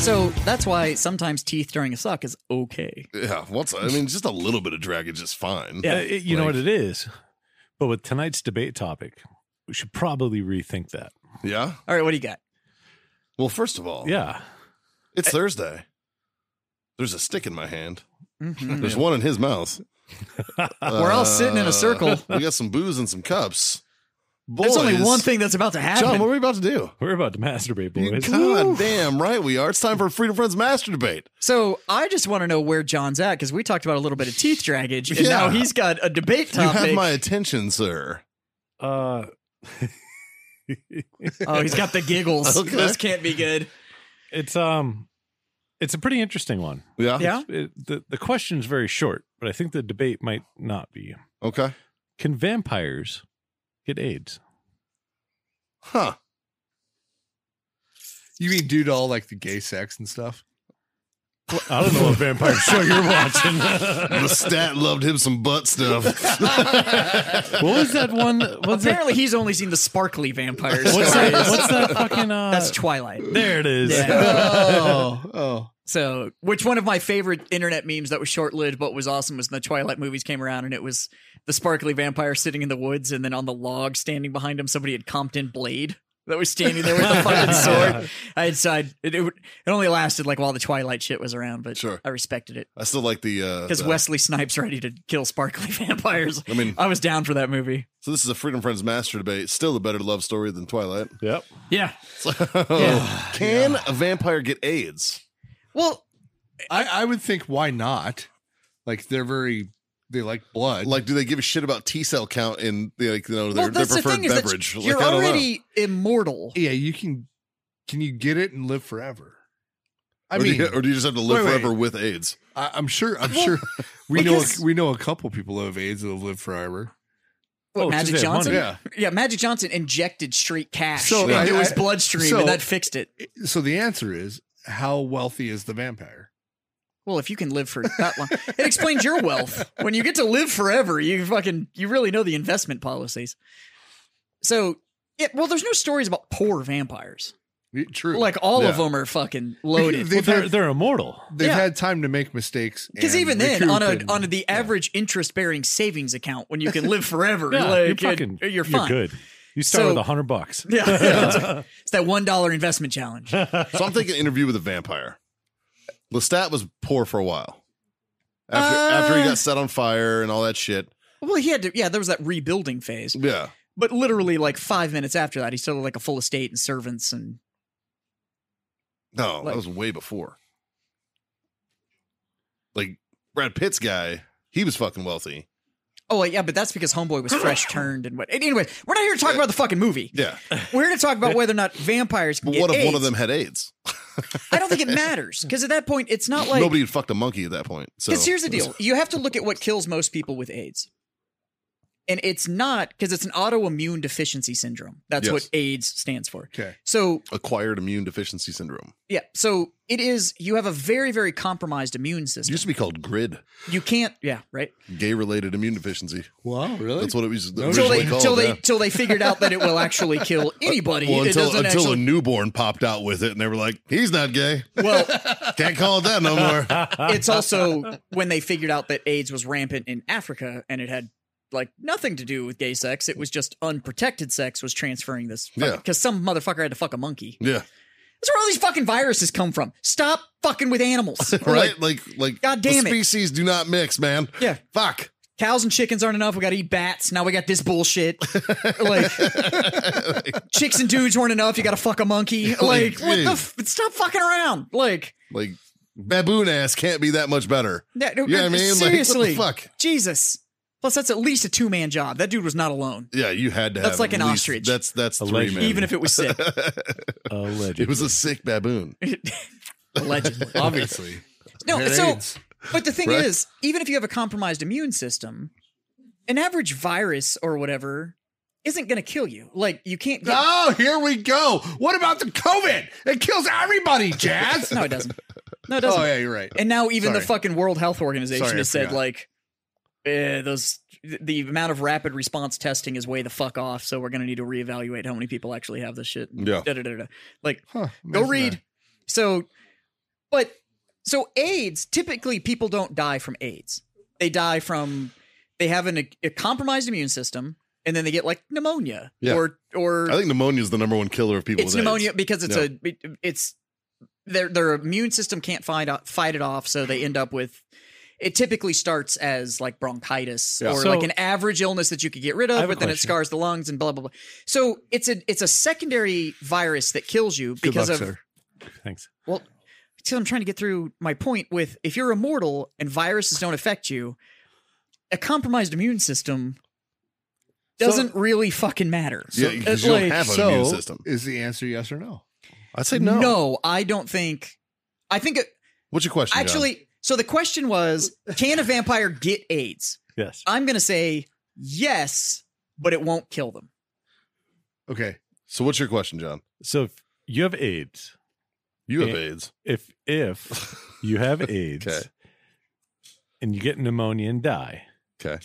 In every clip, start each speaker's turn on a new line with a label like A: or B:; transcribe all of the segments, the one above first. A: So that's why sometimes teeth during a suck is okay.
B: Yeah, once I mean, just a little bit of dragage is fine.
A: Yeah.
C: Uh, it- you know
B: Like-
C: what it is. But with tonight's debate topic, we should probably rethink that.
B: Yeah?
A: All right, what do you got?
B: Well, first of all,
C: Yeah.
B: it's Thursday. There's a stick in my hand. There's one in his mouth.
A: Mm-hmm.
B: Uh,
A: We're all sitting in a circle.
B: We got some booze and some cups. Boys,
A: There's only one thing that's about to happen.
B: John, what are we about to do?
C: We're about to masturbate, boys.
B: God damn right we are. It's time for Freedom Friends Master Debate.
A: so I just want to know where John's at because we talked about a little bit of teeth dragage, and
B: Yeah.
A: now he's got a debate
B: You
A: topic.
B: have my attention, sir.
C: Uh,
A: oh, he's got the giggles.
B: Okay.
A: This can't be good.
C: it's um, it's a pretty interesting one.
B: Yeah.
A: Yeah.
C: It, the the question's very short, but I think the debate might not be.
B: Okay.
C: Can vampires get AIDS?
B: Huh.
D: You mean due to all like the gay sex and stuff?
C: I don't know what vampire show you're watching.
B: The stat loved him some butt stuff.
C: what was that one? What's that?
A: Apparently, he's only seen the sparkly vampires.
C: What's that? What's that fucking? Uh,
A: That's Twilight.
C: there it is.
A: Yeah.
D: Oh, oh.
A: So, which one of my favorite internet memes that was short lived but was awesome was when the Twilight movies came around and it was the sparkly vampire sitting in the woods and then on the log standing behind him, somebody had Compton Blade that was standing there with a fucking sword. I had, so I, it, it, would- it only lasted like while the Twilight shit was around, but
B: Sure.
A: I respected it
B: I still like the uh
A: because
B: the-
A: Wesley Snipes ready to kill sparkly vampires.
B: I mean-
A: I was down for that movie.
B: So this is a Freedom Friends Master Debate. Still a better love story than Twilight. Oh.
C: Yep.
A: Yeah.
B: Can a vampire get AIDS?
A: Well,
D: I, I would think why not? Like they're very they like blood.
B: Like, do they give a shit about T cell count in the, like you know their,
A: well,
B: their
A: that's the
B: preferred
A: thing is that
B: beverage? Like,
A: you're
B: I don't know.
A: already immortal.
D: yeah, you can can you get it and live forever? I
B: or, do
D: mean,
B: you, or do you just have to live
D: wait, wait.
B: forever with AIDS?
D: I, I'm sure I'm sure we
A: because-
D: know we know a couple people who have AIDS that have lived forever.
A: What,
C: Oh, 'cause
A: Magic
C: they have
A: Johnson?
C: money.
D: Yeah.
A: Yeah, Magic Johnson injected straight cash
D: So,
A: into
D: I-
A: his
D: I-
A: bloodstream,
D: so-
A: and that fixed it.
D: So the answer is how wealthy is the vampire?
A: Well, if you can live for that long, it explains your wealth. When you get to live forever, you fucking you really know the investment policies. So, yeah, well, there's no stories about poor vampires.
D: Y- True.
A: Like all of
B: Yeah.
A: them are fucking loaded.
C: Well,
D: They've
C: they're
D: had-
C: they're immortal.
D: They've
A: yeah.
D: had time to make mistakes.
A: Because
D: and
A: even then, on a
D: recoup
A: on
D: and-
A: the average interest bearing savings account, when you can live forever,
C: Yeah,
A: like,
C: you're fucking.
A: you're,
C: You're,
A: fine.
C: good. You start
A: So-
C: with a hundred bucks.
A: Yeah, yeah. it's that one dollar investment challenge.
B: So I'm thinking interview with a vampire. Lestat was poor for a while. After,
A: Uh.
B: after he got set on fire and all that shit.
A: Well, he had to. Yeah, there was that rebuilding phase.
B: Yeah.
A: But literally, like five minutes after that, he still had like a full estate and servants, and
B: No, that
A: Like-
B: was way before. Like Brad Pitt's guy, he was fucking wealthy.
A: oh yeah, but that's because Homeboy was fresh turned and what. Anyway, we're not here to talk about the fucking movie.
B: Yeah.
A: We're here to talk about whether or not vampires. Can
B: But
A: get
B: what if one
A: AIDS.
B: of them had AIDS?
A: I don't think it matters because at that point, it's not like
B: Nobody had fucked a monkey at that point. So
A: Because here's the deal: you have to look at what kills most people with AIDS, and it's not because it's an autoimmune deficiency syndrome. That's
B: Yes.
A: what AIDS stands for.
D: Okay.
A: So
B: Acquired immune deficiency syndrome.
A: yeah, so it is. You have a very very compromised immune
B: It
A: system.
B: used to be called GRID,
A: you can't. Yeah. Right.
B: gay related immune deficiency.
D: Wow, really?
B: That's what it was
D: No
A: till
B: originally
A: they
B: called.
A: till they
B: yeah.
A: till they figured out that it will actually kill anybody.
B: well,
A: it
B: until,
A: doesn't
B: until a
A: actually.
B: newborn popped out with it, and they were like, "He's not gay.
A: well,
B: Can't call it that no more."
A: it's also when they figured out that AIDS was rampant in Africa and it had like nothing to do with gay sex. It was just unprotected sex was transferring this
B: Yeah.
A: because some motherfucker had to fuck a monkey.
B: yeah,
A: That's where all these fucking viruses come from. Stop fucking with animals.
B: right. Like, like,
A: God
B: the
A: damn it.
B: species do not mix, man.
A: Yeah.
B: fuck.
A: cows and chickens aren't enough. We got to eat bats. Now we got this bullshit. like chicks and dudes weren't enough. You got to fuck a monkey. Like what the?
B: dude.
A: F- stop fucking around. Like
B: Like, baboon ass can't be that much better.
A: yeah, no,
B: You know what I mean? Like, what the
A: seriously,
B: fuck?
A: Jesus. Plus, that's at least a two man job. That dude was not alone,
B: Yeah, you had to.
A: That's
B: have
A: like
B: at
A: an
B: least-
A: ostrich.
B: That's that's three,
C: Allegedly.
B: man.
A: even if it was sick.
C: Allegedly.
B: it was a sick baboon.
A: Allegedly.
D: Obviously.
A: No,
D: Had
A: so
D: AIDS.
A: But the thing
D: Right.
A: is, even if you have a compromised immune system, an average virus or whatever isn't going to kill you. Like you can't get
B: Ah!
D: Oh, here we go. What about the COVID? It kills everybody, Jazz.
A: No, it doesn't. No, it doesn't.
D: oh, yeah, you're right.
A: And now even the
D: Sorry.
A: fucking World Health Organization
D: Sorry, I
A: has said
D: forgot.
A: like eh, those th- the amount of rapid response testing is way the fuck off, so we're going to need to reevaluate how many people actually have this shit.
B: Yeah.
A: Da, da, da, da. Like
D: Huh,
A: go
D: amazing
A: read. So, but so AIDS typically people don't die from AIDS. They die from they have an, a compromised immune system, and then they get like pneumonia
B: Yeah.
A: or or
B: I think pneumonia is the number one killer of people.
A: it's
B: with AIDS.
A: pneumonia because it's a it- it's their their immune system can't find out, fight it off, so they end up with. It typically starts as like bronchitis
D: Yeah.
A: or
C: So-
A: like an average illness that you could get rid
C: I
A: of,
C: have a
A: but then it
C: question.
A: scars the lungs and blah blah blah. So it's a it's a secondary virus that kills you
D: Good
A: because
D: luck,
A: of
D: sir.
C: Thanks.
A: well, so I'm trying to get through my point with if you're immortal and viruses don't affect you, a compromised immune system doesn't really fucking matter.
B: Yeah,
A: So,
B: 'cause
A: it's
B: you don't
A: like,
B: have an
D: So,
B: immune system.
D: is the answer yes or no?
B: I'd say no.
A: no, I don't think. I think it,
B: What's your question? John?
A: actually. So the question was, can a vampire get AIDS?
C: Yes.
A: I'm gonna say yes, but it won't kill them.
D: Okay.
B: So what's your question, John?
C: So if you have AIDS,
B: You have
C: Yeah.
B: AIDS.
C: if if you have AIDS
B: Okay.
C: and you get pneumonia and die,
B: Okay.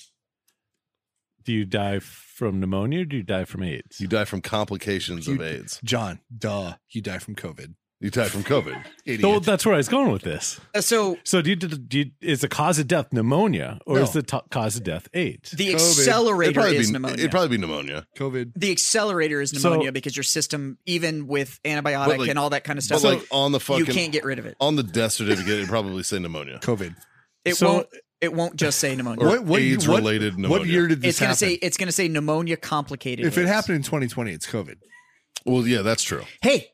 C: do you die from pneumonia or do you die from AIDS?
B: You die from complications of
D: You-
B: AIDS.
D: John, duh, you die from COVID.
B: You die from COVID.
D: Idiot.
C: So that's where I was going with this.
A: Uh, so
C: So do you, do you, is the cause of death pneumonia or is
D: No.
C: the to cause of death AIDS?
A: the
D: COVID.
B: It'd
A: accelerator
B: probably,
A: is
B: be,
A: pneumonia.
B: it'd probably be pneumonia.
D: COVID.
A: the accelerator is
C: So-
A: pneumonia because your system, even with antibiotic
B: like-
A: and all that kind of
B: But
A: stuff,
B: like on the
A: you
B: fucking
A: can't get rid of it.
B: on the death certificate, it'd probably say pneumonia.
D: COVID.
A: It
C: So-
A: won't. It won't just say pneumonia.
B: Or AIDS related
D: what,
B: pneumonia.
D: what year did this
A: It's gonna
D: happen?
A: say. It's gonna say pneumonia complicated.
D: if it
A: AIDS.
D: happened in 2020, it's COVID.
B: Well, yeah, that's true.
A: hey,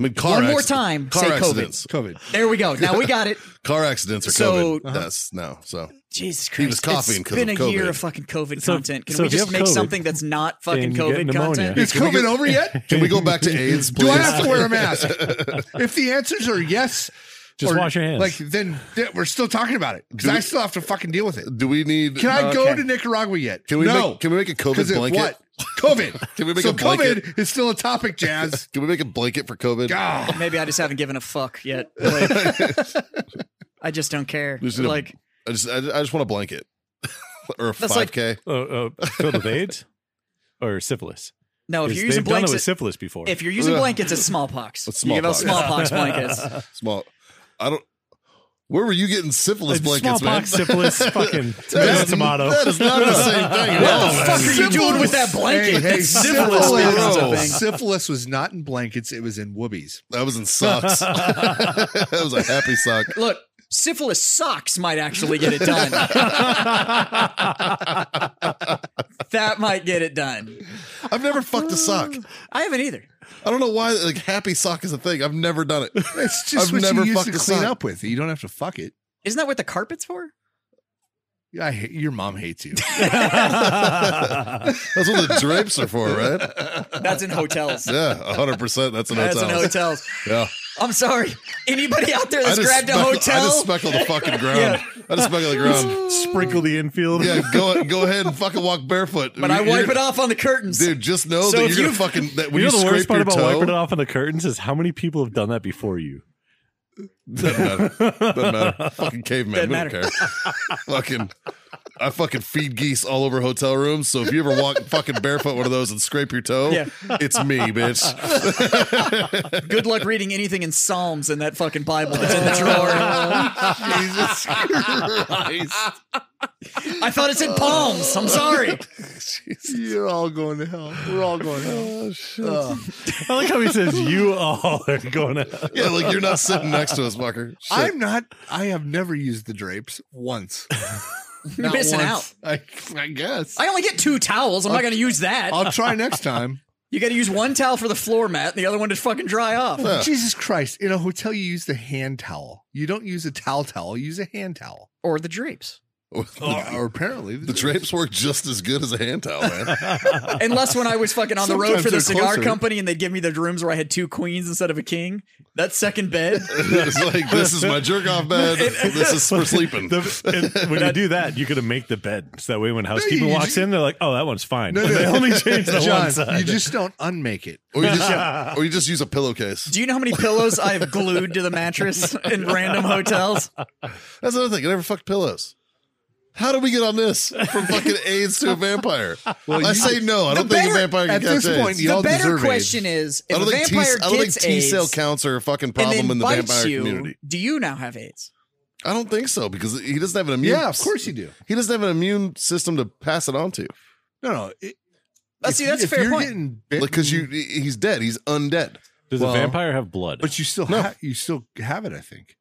B: I mean, car
A: One more
B: acc-
A: time,
B: Car
A: say COVID.
B: accidents.
D: COVID.
A: there we go. Now we got it.
B: Car accidents are
A: So- Uh-huh.
B: COVID. That's no. So
A: Jesus Christ!
B: He was coughing
A: It's
B: 'cause
A: been
B: of
A: a
B: COVID.
A: year of fucking COVID
C: So-
A: content. Can
C: so
A: we
C: if you
A: just
C: have
A: make
C: COVID,
A: something that's not fucking
C: then you get
A: COVID
C: pneumonia.
A: content?
D: Is
B: Can we
D: COVID
B: go-
D: over yet?
B: can we go back to AIDS, please?
D: Do I have to wear a mask? if the answers are yes,
C: Just
D: or-
C: wash your hands.
D: Like then, th- we're still talking about it because
B: Do
D: I
B: we-
D: still have to fucking deal with it.
B: Do we need?
D: Can I go
A: Okay.
D: to Nicaragua yet?
B: Can we
D: no.
B: make? Can we make a
D: Because
B: COVID
D: it-
B: blanket?
D: What? COVID.
B: Can we make
D: so
B: a blanket?
D: COVID is still a topic, Jazz.
B: Can we make a blanket for COVID?
D: God.
A: Maybe I just haven't given a fuck yet. Like, I just don't care.
B: Just in a-
A: Like
B: I just, I, I just want a blanket or a
A: That's
B: five
A: like-
B: k.
C: Oh, oh, filled with AIDS or syphilis?
A: no, Oh, if
C: 'Cause
A: you're
C: they've
A: using
C: done it with
A: blankets,
C: syphilis before.
A: if you're using
B: Ugh.
A: blankets, it's smallpox.
B: It's
A: You give out
B: smallpox.
A: smallpox blankets.
B: Small. I don't. Where were you getting syphilis
C: Uh,
B: blankets,
C: smallpox,
B: man?
C: syphilis, fucking tomato,
B: That's-
C: tomato.
B: That is not the same thing. at all,
A: the
B: man.
A: fuck are you doing with that blanket?
D: Hey, hey,
A: That's syphilis,
D: syphilis,
B: man. That's a thing.
D: syphilis was not in blankets; it was in whoobies.
B: That was in socks. that was a happy sock.
A: Look, syphilis socks might actually get it done. that might get it done.
B: I've never fucked a sock.
A: I haven't either.
B: I don't know why. Like happy sock is a thing. I've never done it.
D: It's just
B: I've
D: what
B: never
D: you used
B: fucked a
D: to clean
B: sock.
D: up with. You don't have to fuck it.
A: Isn't that what the carpet's for?
D: I hate, your mom hates you.
B: That's what the drapes are for, right?
A: That's in hotels.
B: Yeah, hundred percent. That's an
A: That's
B: hotel.
A: in hotels.
B: Yeah.
A: I'm sorry. Anybody out there that's grabbed a
B: speckle- I
A: hotel?
B: just speckled the fucking ground. I just speckled the ground.
C: Um, Sprinkle the infield.
B: Yeah, go go ahead and fucking walk barefoot.
A: but I wipe
B: You're-
A: it off on the curtains.
B: dude. Just know
A: So
B: that
A: if
B: you're gonna
A: you-
B: fucking that
C: You
B: when you,
C: know the worst
B: scrape
C: part
B: your
C: about
B: toe.
C: wiping it off on the curtains is how many people have done that before you.
B: Doesn't matter. Doesn't matter. fucking caveman.
A: Doesn't
B: We don't care. fucking. I fucking feed geese all over hotel rooms. So if you ever walk fucking barefoot one of those and scrape your toe,
A: Yeah.
B: it's me, bitch.
A: Good luck reading anything in Psalms in that fucking Bible that's in the drawer.
B: Jesus Christ.
A: I thought it said palms. I'm sorry.
D: You're all going to hell. We're all going to hell.
C: I like how he says you all are going out.
B: Yeah, like you're not sitting next to us, fucker. Shit.
D: I'm not. I have never used the drapes once.
A: You're missing out.
D: I, I guess. I,
A: I only get two towels. I'm not going to use that.
D: will try next time.
A: you got to use one towel for the floor mat and the other one to fucking dry off.
B: Yeah.
D: Jesus Christ! In a hotel, you use the hand towel. You don't use a towel towel. You use a hand towel.
A: Or the drapes.
D: or apparently
B: The drapes work just as good as a hand towel, man.
A: Unless when I was fucking on the road
D: Sometimes
A: for the
D: they're
A: cigar
D: closer.
A: company and they'd give me the rooms where I had two queens instead of a king. That second bed.
B: it's like this is my jerk off bed. This is for sleeping.
C: The- and when you do that, you're gonna make the bed. So that way, when housekeeper
D: you
C: walks
D: just-
C: in, they're like, "Oh, that one's fine."
D: No, no.
C: They only change the one
D: John,
C: side.
D: you just don't unmake it.
B: Or you just or you just use a pillowcase.
A: Do you know how many pillows I have glued to the mattress in random hotels?
B: That's another thing. I never fucked pillows. How did we get on this from fucking AIDS to a vampire?
D: Well,
B: I
D: you-
B: say no. I don't
A: The
B: think a
A: better-
B: vampire can
D: at
B: catch
D: this
B: AIDS.
D: point, you-
B: I
D: all
A: the better
D: deserve
A: question is if a
B: don't think T.
A: vampire
B: I don't think
A: gets
B: T cell
A: AIDS
B: counts are a fucking
A: and
B: problem
A: then
B: in the
A: bites
B: vampire
A: you,
B: community.
A: do you now have AIDS?
B: I don't think so because he doesn't have an immune.
D: Yeah, of course you do.
B: He doesn't have an immune system to pass it on to.
D: No, no. It,
A: Let's see, that's a fair point.
B: Because you, he's dead. He's undead.
C: does
D: well-
C: a vampire have blood?
D: but you still
B: No.
D: ha- you still have it. I think.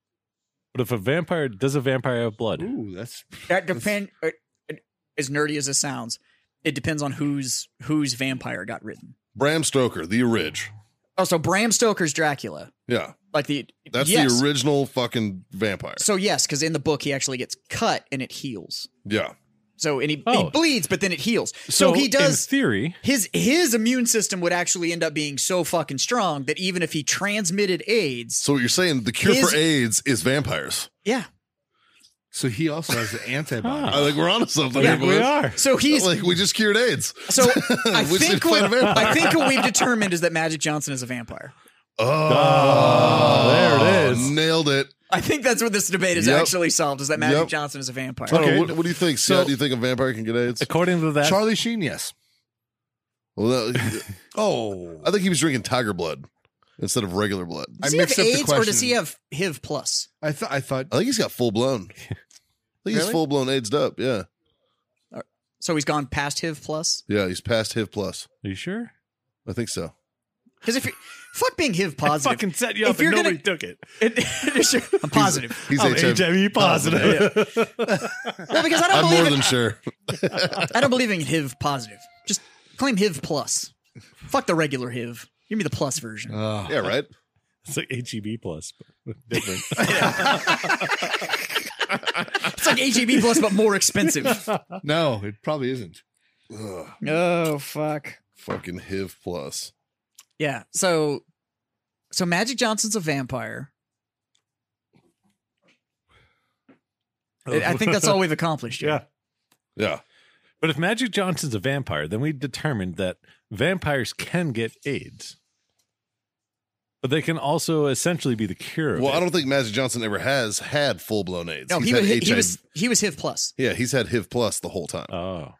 C: But if a vampire does a vampire have blood?
D: Ooh, that's
A: That depend. uh, uh, As nerdy as it sounds, it depends on whose whose vampire got written.
B: Bram Stoker, the Ridge.
A: Oh, so Bram Stoker's Dracula,
B: Yeah,
A: like the
B: that's
A: yes.
B: the original fucking vampire.
A: So yes, because in the book he actually gets cut and it heals.
B: Yeah,
A: So and he, he
C: Oh.
A: bleeds, but then it heals. So,
C: So,
A: he does
C: In theory,
A: his his immune system would actually end up being so fucking strong that even if he transmitted AIDS,
B: So what you're saying the cure
A: His-
B: for AIDS is vampires?
A: yeah,
D: so. He also has the antibody.
B: I think we're onto something.
A: Yeah,
B: here,
C: we
B: boys.
C: are.
A: so he's
B: like we just cured AIDS.
A: so I
B: We should fight
A: think what
B: a vampire.
A: I think what we've determined is that Magic Johnson is a vampire.
B: Oh,
C: there it is.
B: Nailed it.
A: I think that's what this debate is
B: Yep.
A: actually solved is that Magic
B: Yep.
A: Johnson is a vampire.
B: I don't know,
C: Okay.
B: what, what do you think?
C: So-
B: Scott, do you think a vampire can get AIDS?
C: according to that,
D: Charlie Sheen, yes.
B: Well, that,
D: Oh,
B: I think he was drinking tiger blood instead of regular blood.
A: Does
D: I
A: he have
D: mixed up the
A: AIDS or does
D: question.
A: he have HIV plus?
D: I thought I thought
B: I think he's got full blown. I think he's
D: Really?
B: full blown AIDSed up. Yeah,
A: So he's gone past HIV plus?
B: yeah. He's past HIV plus.
C: Are you sure?
B: I think so.
A: Because if you're fuck being HIV positive,
C: Fucking set you
A: If
C: up and
A: you're gonna-
C: nobody took it.
A: It- I'm positive.
B: He's
C: I'm
B: HIV.
C: HIV positive.
A: Well, because I don't
B: I'm
A: believe
B: more
A: in,
B: than sure.
A: I don't believe in HIV positive. Just claim HIV plus. Fuck the regular HIV. Give me the plus version.
D: uh,
B: Yeah, right.
C: It's like HEB plus, but different.
A: It's like HEB plus, but more expensive.
D: no, it probably isn't.
B: Ugh,
A: oh fuck.
B: fucking HIV plus.
A: Yeah. So, so Magic Johnson's a vampire. I I think that's all we've accomplished. here.
C: Oh. yeah.
B: Yeah.
C: But if Magic Johnson's a vampire, then we determined that vampires can get AIDS. But they can also essentially be the cure. of
B: Well, I
C: it.
B: don't think Magic Johnson ever has had full blown AIDS.
A: No,
B: he's
A: he
B: had
A: was, he,
B: HIV.
A: was he was HIV plus,
B: yeah, he's had HIV plus the whole time,
C: Oh,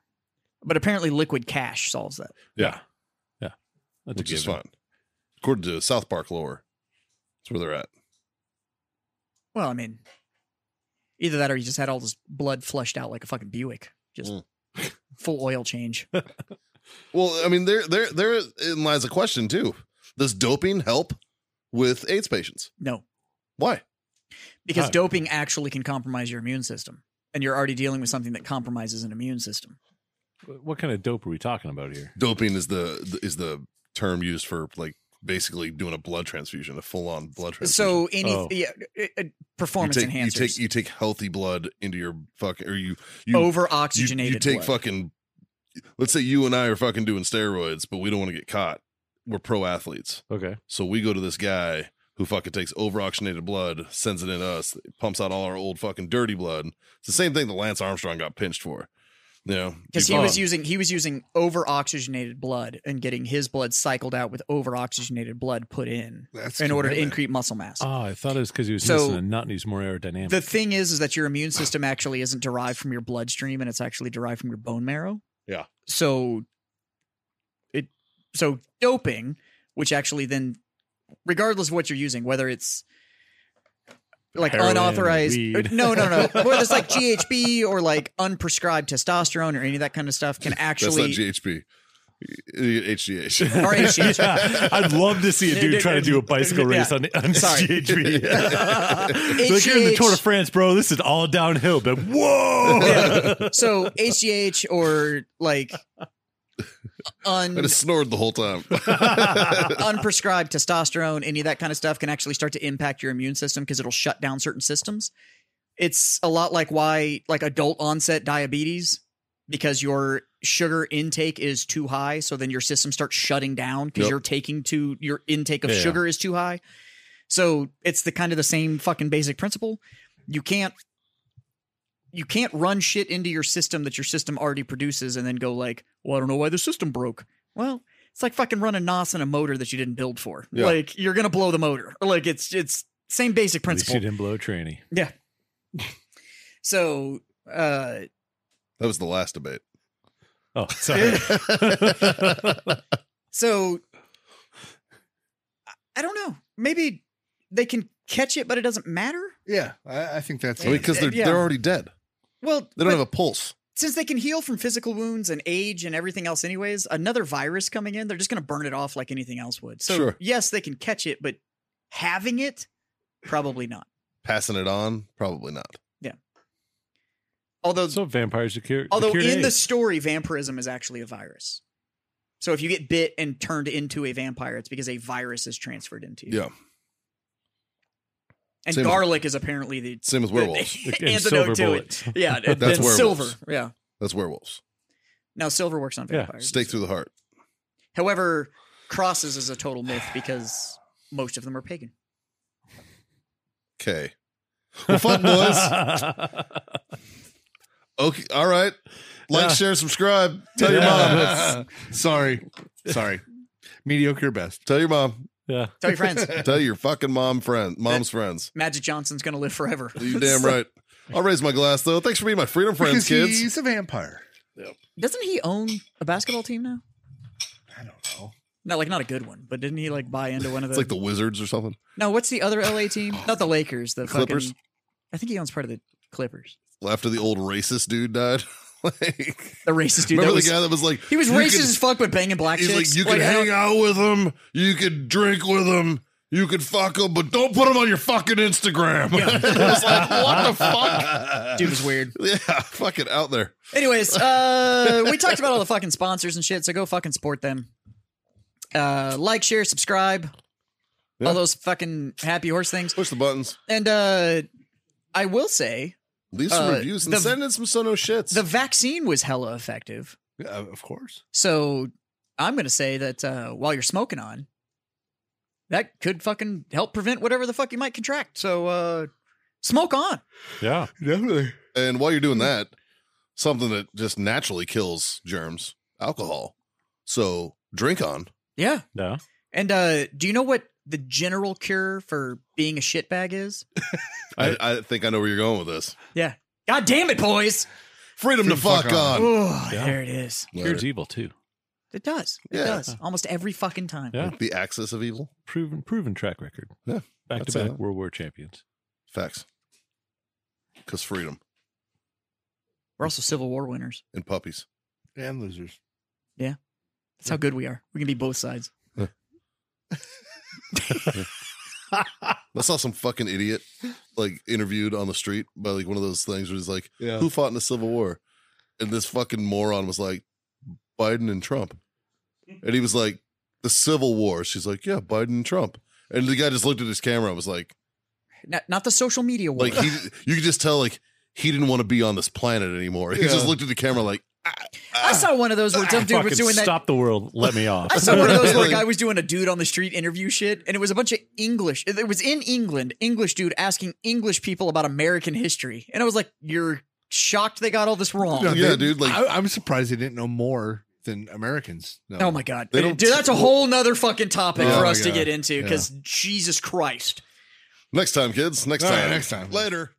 A: but apparently liquid cash solves that.
B: Yeah.
C: Yeah. That's
B: which
C: a
B: is
C: given.
B: fine. According to South Park lore, that's where they're at.
A: Well, I mean, either that or you just had all this blood flushed out like a fucking Buick, just
B: Mm.
A: full oil change.
B: Well, I mean, there, there, therein lies a question too. Does doping help with AIDS patients?
A: No,
B: Why?
A: because
C: Oh.
A: doping actually can compromise your immune system, and you're already dealing with something that compromises an immune system.
C: What kind of dope are we talking about here?
B: Doping is the is the term used for like basically doing a blood transfusion, a full on blood transfusion.
A: So any
C: Oh.
A: yeah, uh, uh, performance
B: you take,
A: enhancers
B: You take you take healthy blood into your fucking or you you
A: over
B: you,
A: oxygenated.
B: you take
A: blood.
B: fucking. Let's say you and I are fucking doing steroids, but we don't want to get caught. We're pro athletes,
C: Okay.
B: so we go to this guy who fucking takes over oxygenated blood, sends it in us, pumps out all our old fucking dirty blood. It's the same thing that Lance Armstrong got pinched for. You know,
A: because
B: You-
A: he was using he was using over oxygenated blood and getting his blood cycled out with over oxygenated blood put in
D: That's
A: in order to
D: commitment.
A: increase muscle mass.
C: Oh, I thought it was because he was
A: So-
C: missing a nut and he's more aerodynamic.
A: the thing is, is that your immune system actually isn't derived from your bloodstream, and it's actually derived from your bone marrow.
B: Yeah.
A: So it so doping, which actually then, regardless of what you're using, whether it's like
C: Heroin,
A: unauthorized,
C: weed.
A: no, no, no, whether it's like GHB or like unprescribed testosterone or any of that kind of stuff, can
B: that's
A: actually
B: not GHB, You get HGH.
A: or HGH.
C: yeah, I'd love to see a dude try to do a bicycle race
A: Yeah.
C: on, on
A: Sorry.
C: GHB. Look here in the
A: HGH.
C: Tour de France, bro. This is all downhill, but whoa!
A: Yeah. So HGH or like
B: I
A: un,
B: just snored the whole time.
A: unprescribed testosterone, any of that kind of stuff can actually start to impact your immune system because it'll shut down certain systems. it's a lot like why like adult onset diabetes because your sugar intake is too high so then your system starts shutting down because
B: Yep.
A: you're taking too your intake of
C: Yeah.
A: sugar is too high so it's the kind of the same fucking basic principle you can't you can't run shit into your system that your system already produces and then go like well i don't know why the system broke well it's like fucking running nos in a motor that you didn't build for
B: Yeah.
A: like you're gonna blow the motor like it's it's same basic
C: At least
A: principle
C: you didn't blow a tranny.
A: so uh
B: That was the last debate.
C: Oh, sorry.
A: so I- I don't know. Maybe they can catch it, but it doesn't matter.
D: Yeah, I, I think that's
B: I mean,
D: it.
B: because they're
A: Yeah.
B: they're already dead.
A: Well,
B: They
A: but
B: don't have a pulse.
A: since they can heal from physical wounds and age and everything else, anyways, another virus coming in, they're just going to burn it off like anything else would. So
B: Sure.
A: yes, they can catch it, but having it, probably not.
B: Passing it on, probably not.
A: Although,
C: so vampires are cured.
A: although
C: cured
A: in the
C: AIDS.
A: story, vampirism is actually a virus. So if you get bit and turned into a vampire, it's because a virus is transferred into you.
B: Yeah.
A: And
B: Same with-
A: garlic is apparently the
B: Same with werewolves.
C: and
A: antidote
C: silver
A: to it.
C: bullets.
A: Yeah, and
B: That's
A: then
B: werewolves.
A: silver. Yeah.
B: That's werewolves.
A: Now silver works on
C: Yeah,
A: vampires.
B: Stake through the heart.
A: However, crosses is a total myth because most of them are pagan.
B: Okay. Well, fuck boys. Okay. All right. Like,
C: Yeah.
B: share, subscribe. Tell your
C: Yeah.
B: mom.
D: sorry, sorry, mediocre best.
B: Tell your mom.
C: yeah.
A: Tell your friends.
B: Tell your fucking mom friend. Mom's friends.
A: Magic Johnson's gonna live forever.
B: You damn right. I'll raise my glass though. Thanks for being my freedom friends,
D: Because
B: kids.
D: He's a vampire.
A: Doesn't he own a basketball team now?
D: I don't know.
A: No, like not a good one, but didn't he like buy into one of the,
B: It's like the wizards or something.
A: No, what's the other LA team? Not the Lakers, the
B: Clippers?
A: Fucking, I think he owns part of the Clippers.
B: After the old racist dude died. like
A: The racist dude that
B: remember
A: was,
B: the guy that was like
A: he was
B: you
A: racist
B: could-
A: as fuck but banging black
B: he's
A: chicks.
B: like, you could
A: I don't-
B: hang out with him, you could drink with him, you could fuck him, but don't put him on your fucking Instagram. I was like, what the fuck?
A: dude was weird.
B: Yeah, fucking out there.
A: Anyways, uh, we talked about all the fucking sponsors and shit, so go fucking support them. Uh, like, share, subscribe,
B: Yeah.
A: all those fucking happy horse things.
B: Push the buttons.
A: And uh, I will say,
B: Leave some
A: Uh,
B: reviews and
A: the-
B: send in some sono shits.
A: the vaccine was hella effective.
D: Yeah, of course.
A: So I'm going to say that uh, while you're smoking on, that could fucking help prevent whatever the fuck you might contract. So uh, smoke on.
C: Yeah.
D: Definitely.
B: and while you're doing
A: Mm.
B: that, something that just naturally kills germs, alcohol. So drink on.
A: Yeah.
C: No.
A: And uh, do you know what the general cure for being a shitbag is?
B: I, I think I know where you're going with this.
A: Yeah. God damn it, boys.
B: Freedom to
D: Freedom
B: fuck,
D: fuck
B: on.
D: on.
A: Oh,
C: Yeah.
A: there it is.
B: Later.
C: Cure's evil too.
A: It does. It
B: Yeah.
A: does. Almost every fucking time.
C: Yeah.
B: The axis of evil.
C: Proven proven track record.
B: Yeah,
C: Back to
B: that's
C: back
B: it.
C: World War champions.
B: Facts. Because freedom
A: We're also Civil War winners.
B: and puppies.
D: And losers.
A: That's how good we are. We can be both sides.
B: I saw some fucking idiot like interviewed on the street by like one of those things where he's like,
D: Yeah.
B: who fought in the Civil War? And this fucking moron was like, Biden and Trump. And he was like, the Civil War. She's like, yeah, Biden and Trump. And the guy just looked at his camera and was like,
A: Not, not the social media war.
B: like he, you could just tell like he didn't want to be on this planet anymore. He
D: Yeah.
B: just looked at the camera like,
A: I saw one of those where some dude
C: ah, Fucking
A: was doing that.
C: stop the world. Let me off.
A: I saw one of those where a
B: Like-
A: guy was doing a dude on the street interview shit, and it was a bunch of English. It was in England, English dude asking English people about American history. And I was like, you're shocked they got all this wrong.
B: No, Yeah, dude, like-
D: I, am surprised they didn't know more than Americans. No.
A: Oh my god,
B: They don't-
A: dude! That's a whole nother fucking topic
D: Oh
A: for
D: my
A: us to
D: God.
A: get into
D: Yeah.
A: because Jesus Christ.
B: next time, kids, next
D: All right,
B: time,
D: next time.
B: later.